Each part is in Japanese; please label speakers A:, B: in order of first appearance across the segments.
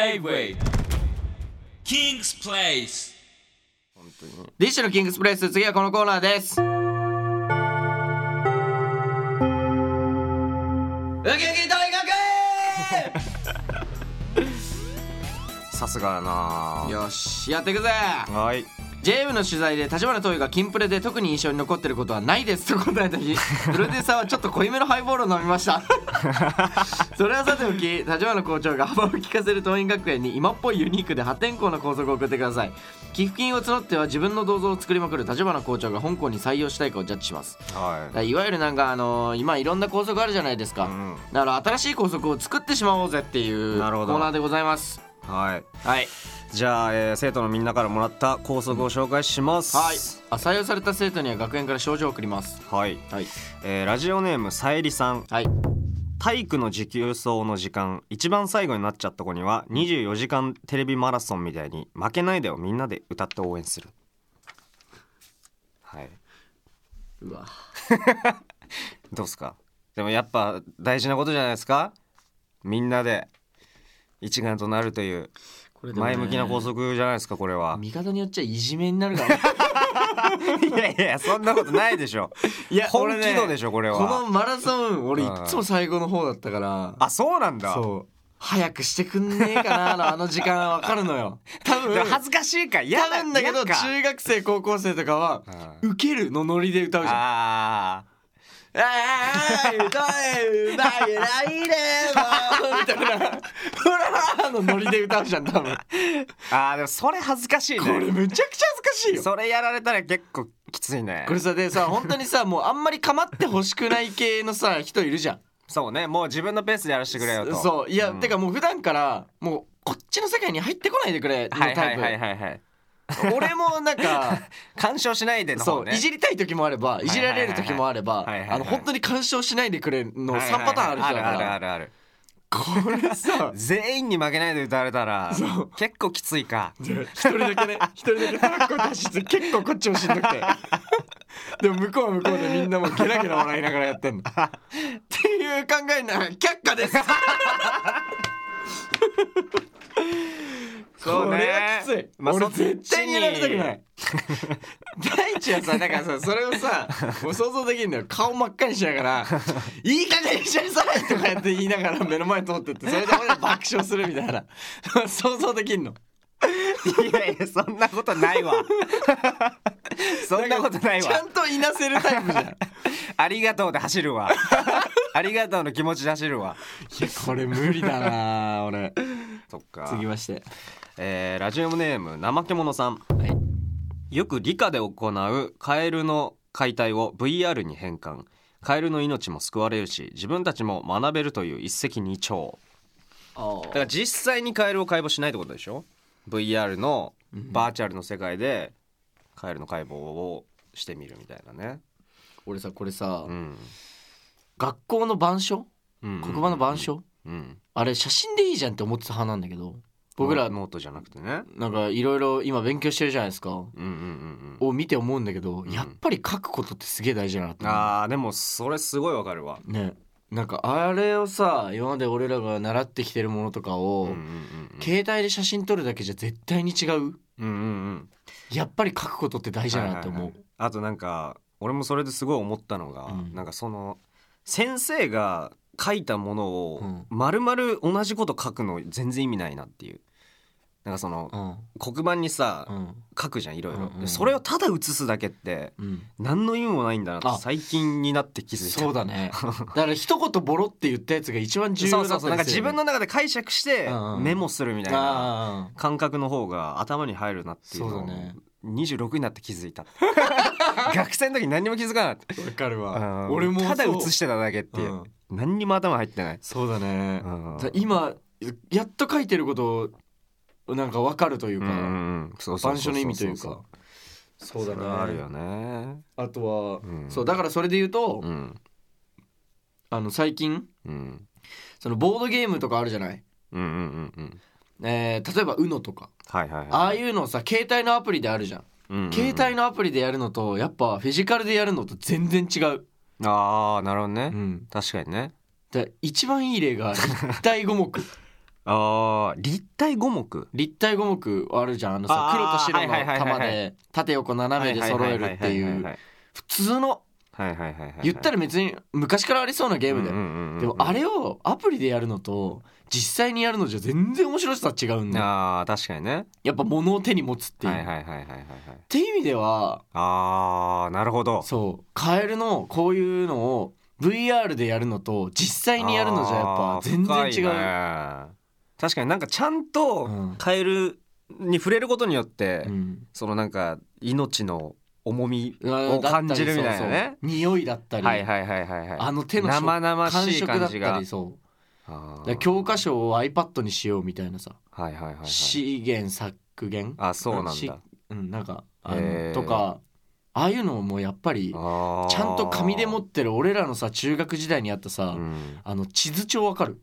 A: J-Way King's Place
B: ディッシュのキングスプレイス次はこのコーナーですウキウキ大学
C: さすがやな
B: よしやっていくぜ
C: はい
B: JM の取材で立花いがキンプレで特に印象に残ってることはないですと答えた日 プロデューサーはちょっと濃いめのハイボールを飲みましたそれはさておき立花校長が幅を利かせる桐蔭学園に今っぽいユニークで破天荒な校則を送ってください寄付金を募っては自分の銅像を作りまくる立花校長が本校に採用したいかをジャッジしますだか
C: は
B: らいわゆるなんかあのー今いろんな校則あるじゃないですか、
C: ん
B: だから新しい校則を作ってしまおうぜっていうコ
C: なるほど
B: ーナーでございます
C: いはい
B: はい
C: じゃあ、えー生徒のみんなからもらった校則を紹介します
B: はいあ採用された生徒には学園から賞状を送ります
C: はい、
B: はい
C: えーラジオネームさえりさん
B: はい
C: 体育の持久走の時間一番最後になっちゃった子には24時間テレビマラソンみたいに「負けないで」をみんなで歌って応援するはい
B: うわ
C: どうっすかでもやっぱ大事なことじゃないですかみんなで一丸となるという
B: これでもね
C: 前向きな校則じゃないですかこれは
B: 味方によっちゃいじめになるからね
C: いやいやそんなことないでしょ
B: いや
C: 本気度でしょこれ
B: こ
C: は
B: のマラソン俺いっつも最後の方だったから
C: あそうなんだ
B: そう早くしてくんねえかなのあの時間わかるの よ多分
C: でも恥ずかしいから
B: 多
C: 嫌だ
B: 分だけど
C: 嫌か
B: 中学生高校生とかは「
C: うん
B: ウケる」のノリで歌うじゃん
C: あー
B: 「あー歌え歌えないでもう」みたいな「ほらら」のノリで歌うじゃん多分
C: あーでもそれ恥ずかしいね
B: これむちゃくちゃ恥ずかしいよ
C: それやられたら結構きついね
B: これさで さ本当にさもうあんまり構ってほしくない系のさ人いるじゃん
C: そうねもう自分のペースでやらせてくれよと
B: そそういや、
C: ん
B: てかもう普段からもうこっちの世界に入ってこないでくれの
C: はいは
B: タイ
C: い
B: プ、
C: はいはいはい
B: 俺もなんか
C: 干渉しないでの
B: そ
C: 方
B: う
C: ね
B: いじりたい時もあればいじられる時もあれば
C: はいはいはいはい
B: あの本当に干渉しないでくれの
C: はいはい
B: 3
C: はい
B: パターンある人だか
C: あるあるあ
B: ら
C: るある
B: これさ
C: 全員に負けないで歌われたら
B: そう
C: 結構きついか
B: 一人だけね一人だけタッコ出しつ結構こっちもしんどくてでも向こうは向こうでみんなもうゲラゲラ笑いながらやってんのっていう考えなら却下です
C: そうね
B: これはきつい、
C: まあ
B: 俺
C: そっちに
B: 絶対にやられたくない大地はさだからさそれをさもう想像できるんだよ顔真っ赤にしながら「いい加減にしなさい!」とかやって言いながら目の前通ってってそれで俺ら爆笑するみたいな 想像できんの
C: いやいやそんなことな いわそんなことない
B: ちゃ
C: わ
B: んといなせるタイプじゃんいや
C: ありがとうで走るわ ありがとうの気持ちで走るわ
B: これ無理だ な俺
C: そっか
B: 次まして
C: えーラジオネーム怠け者さん、よく理科で行うカエルの解体を VR に変換カエルの命も救われるし自分たちも学べるという一石二鳥だから実際にカエルを解剖しないってことでしょ VR のバーチャルの世界でカエルの解剖をしてみるみたいなね、
B: 俺さこれさ、
C: うん
B: 学校の板書
C: うん
B: 黒板の板書、
C: うん
B: あれ写真でいいじゃんって思ってた派なんだけど僕ら
C: ノートじゃなくてね
B: なんかいろいろ今勉強してるじゃないですか
C: うんうんうんうん
B: を見て思うんだけど、
C: ん
B: やっぱり書くことってすげえ大事だなって思う
C: あーでもそれすごいわかるわ
B: ねなんかあれをさ今まで俺らが習ってきてるものとかを、
C: うんうんうん
B: 携帯で写真撮るだけじゃ絶対に違う
C: うんうんうん
B: やっぱり書くことって大事だなって思う、
C: はいはいはいあとなんか俺もそれですごい思ったのが、
B: うん
C: なんかその先生が書いたもの
B: う
C: を
B: ん
C: 丸々同じこと書くの全然意味ないなっていうなんかその黒板にさ
B: うんうん
C: 書くじゃんいろいろ、
B: うんうんうん
C: それをただ写すだけって
B: うん
C: 何の意味もないんだなって
B: あ
C: 最近になって気づいた
B: そうだ ねだから一言ボロって言ったやつが一番重
C: そ
B: 要
C: う
B: だ
C: そうそうなんか自分
B: の
C: の中で解釈して
B: うんうん
C: メモするみたいな
B: ああ
C: 感覚の方が頭に入るなっていうの
B: そ
C: を
B: うだね
C: 26になって気づい た学生の時何にも気づかなかった
B: わかる
C: うん
B: 俺も
C: ただ
B: そう
C: 映してただけっていう、
B: うん
C: 何にも頭入ってない、
B: そうだね
C: う、ん
B: だ今やっと書いてることをなんかわかるという
C: う
B: か、
C: んうんうんそうそうそ
B: 板書
C: うそう
B: の意味というか
C: そ
B: そううだ
C: だね
B: ね
C: あるよね
B: あとは、
C: うん
B: そうだからそれで言うと、
C: うん
B: あの最近
C: うん
B: そのボードゲームとかあるじゃない、
C: うんうんうんうん
B: えー例えば UNO とか
C: はいはいはい
B: ああいうのさ携帯のアプリであるじゃん、
C: うんうんうん
B: 携帯のアプリでやるのとやっぱフィジカルでやるのと全然違う、
C: ああなるほどね、
B: うん、
C: 確かにね
B: だから一番いい例が立体五目
C: あー立体五目
B: 立体五目あるじゃんあのさ
C: あー
B: 黒と白
C: はいはいはい
B: の
C: はい
B: 玉で縦横斜めで揃えるっていう
C: はい
B: 普通の
C: はいはいはいはいはい
B: 言ったら別に昔からありそうなゲームだよ
C: ム
B: でもあ
C: れ
B: れをアプリでやるのと実際にやるのじゃ全然面白さ違うんだよ
C: あー確かにね
B: やっぱ物を手に持つっていう、
C: はいはいはいはいはいはい
B: っていう意味では
C: あーなるほど
B: そうカエルのこういうのを VR でやるのと実際にやるのじゃやっぱ全然違う、
C: う確かになんかちゃん
B: う
C: と
B: ん
C: カエルに触れることによって、
B: うん
C: そのなんか命の重み
B: だっ
C: を
B: たり
C: 感じるみたい
B: そ
C: な
B: う
C: ね
B: そう匂いだったり、
C: はいはいはいはいはい
B: あの手の食
C: 生々
B: 感
C: しい
B: 触だ
C: 感
B: っ
C: じ
B: た
C: が
B: りそう
C: あ
B: だか
C: ー
B: ら教科書を iPad にしようみたいなさ、
C: はいはいはいはい
B: 資源削減
C: あそうなん
B: し
C: だ
B: うん、なんかあの
C: へー
B: とかああいうのもやっぱり
C: あー
B: ちゃんと紙で持ってる俺らのさ中学時代にあったさ、
C: うん
B: あの地図帳わかる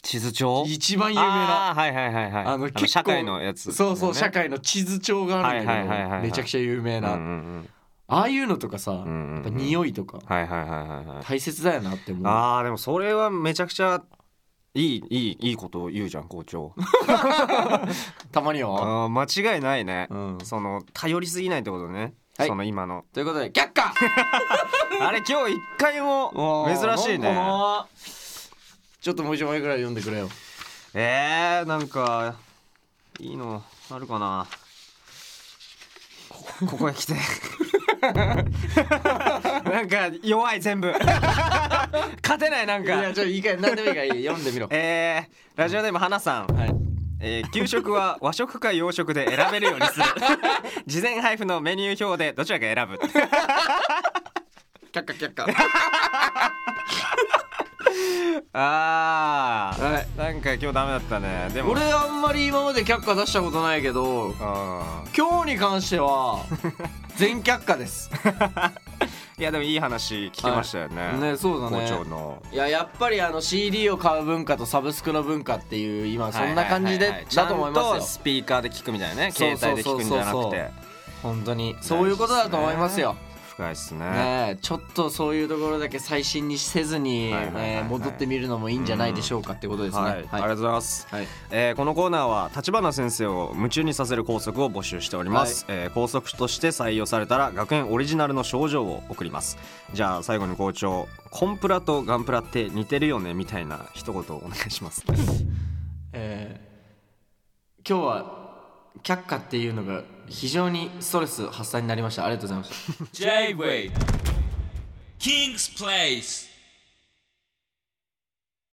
C: 地図帳
B: 一番有名な
C: あーはいはいはいはい
B: あの結構
C: 社会のやつ
B: そうそう、
C: ね
B: 社会の地図帳があるんだ
C: はいはいは
B: け
C: いはい
B: ど
C: はい
B: めちゃくちゃ有名な、
C: うんうん
B: ああいうのとかさ、
C: うんうんうん
B: やっぱ匂いとか
C: はいはいはいはいはい
B: 大切だよなって思う
C: あーでもそれはめちゃくちゃいいいいいいことを言うじゃん校 長
B: たまに
C: あ
B: は、
C: ー間違いないね、
B: うん、
C: その頼りすぎないってことね、
B: はい
C: その今の
B: ということで却下
C: あれ今日一回も珍しい
B: なんか
C: ね
B: なちょっともう一枚ぐらい読んでくれよ
C: えー、なんかいいのあるかなこここへ来て なんか弱い全部勝てないなん
B: いや
C: か
B: ちょっといいから何でもいいからいい読んでみろ
C: えー、ラジオネーム花さん
B: はい
C: えー給食は 和食か洋食で選べるようにする事前配布のメニュー表でどちら か選ぶ
B: 却下却下
C: あー、
B: はい
C: なんか今日ダメだったねでも
B: 俺あんまり今まで却下出したことないけど
C: あ
B: 今日に関しては全却下です
C: ーいやでもいい話聞きましたよね、
B: ねそうだね
C: 校長の
B: いややっぱりあの CD を買う文化とサブスクの文化っていう今そんな感じ
C: はいはいはい
B: でだ
C: はい
B: と思い
C: ちゃん
B: ま
C: と
B: すよ
C: スピーカーで聞くみたいなね
B: そう
C: 携
B: そうそう
C: 帯で聞くんじゃな
B: そう
C: く
B: そう
C: て
B: 本当にそういうことだと思いますよ
C: 深いっすね
B: ねえちょっとそういうところだけ最新にせずに
C: はいはいはいはい
B: ね戻ってみるのもいいんじゃないでしょうかってことですね
C: はい、あ
B: は
C: り
B: い
C: がとうございます、
B: はい
C: えーこのコーナーは橘先生を夢中にさせる校則を募集しております、えー校則として採用されたら学園オリジナルの賞状を送りますじゃあ最後に校長コンプラとガンプラって似てるよねみたいな一言お願いします
B: えー今日は却下っていうのが非常にストレス発散になりましたありがとうございました
A: J-Way King's Place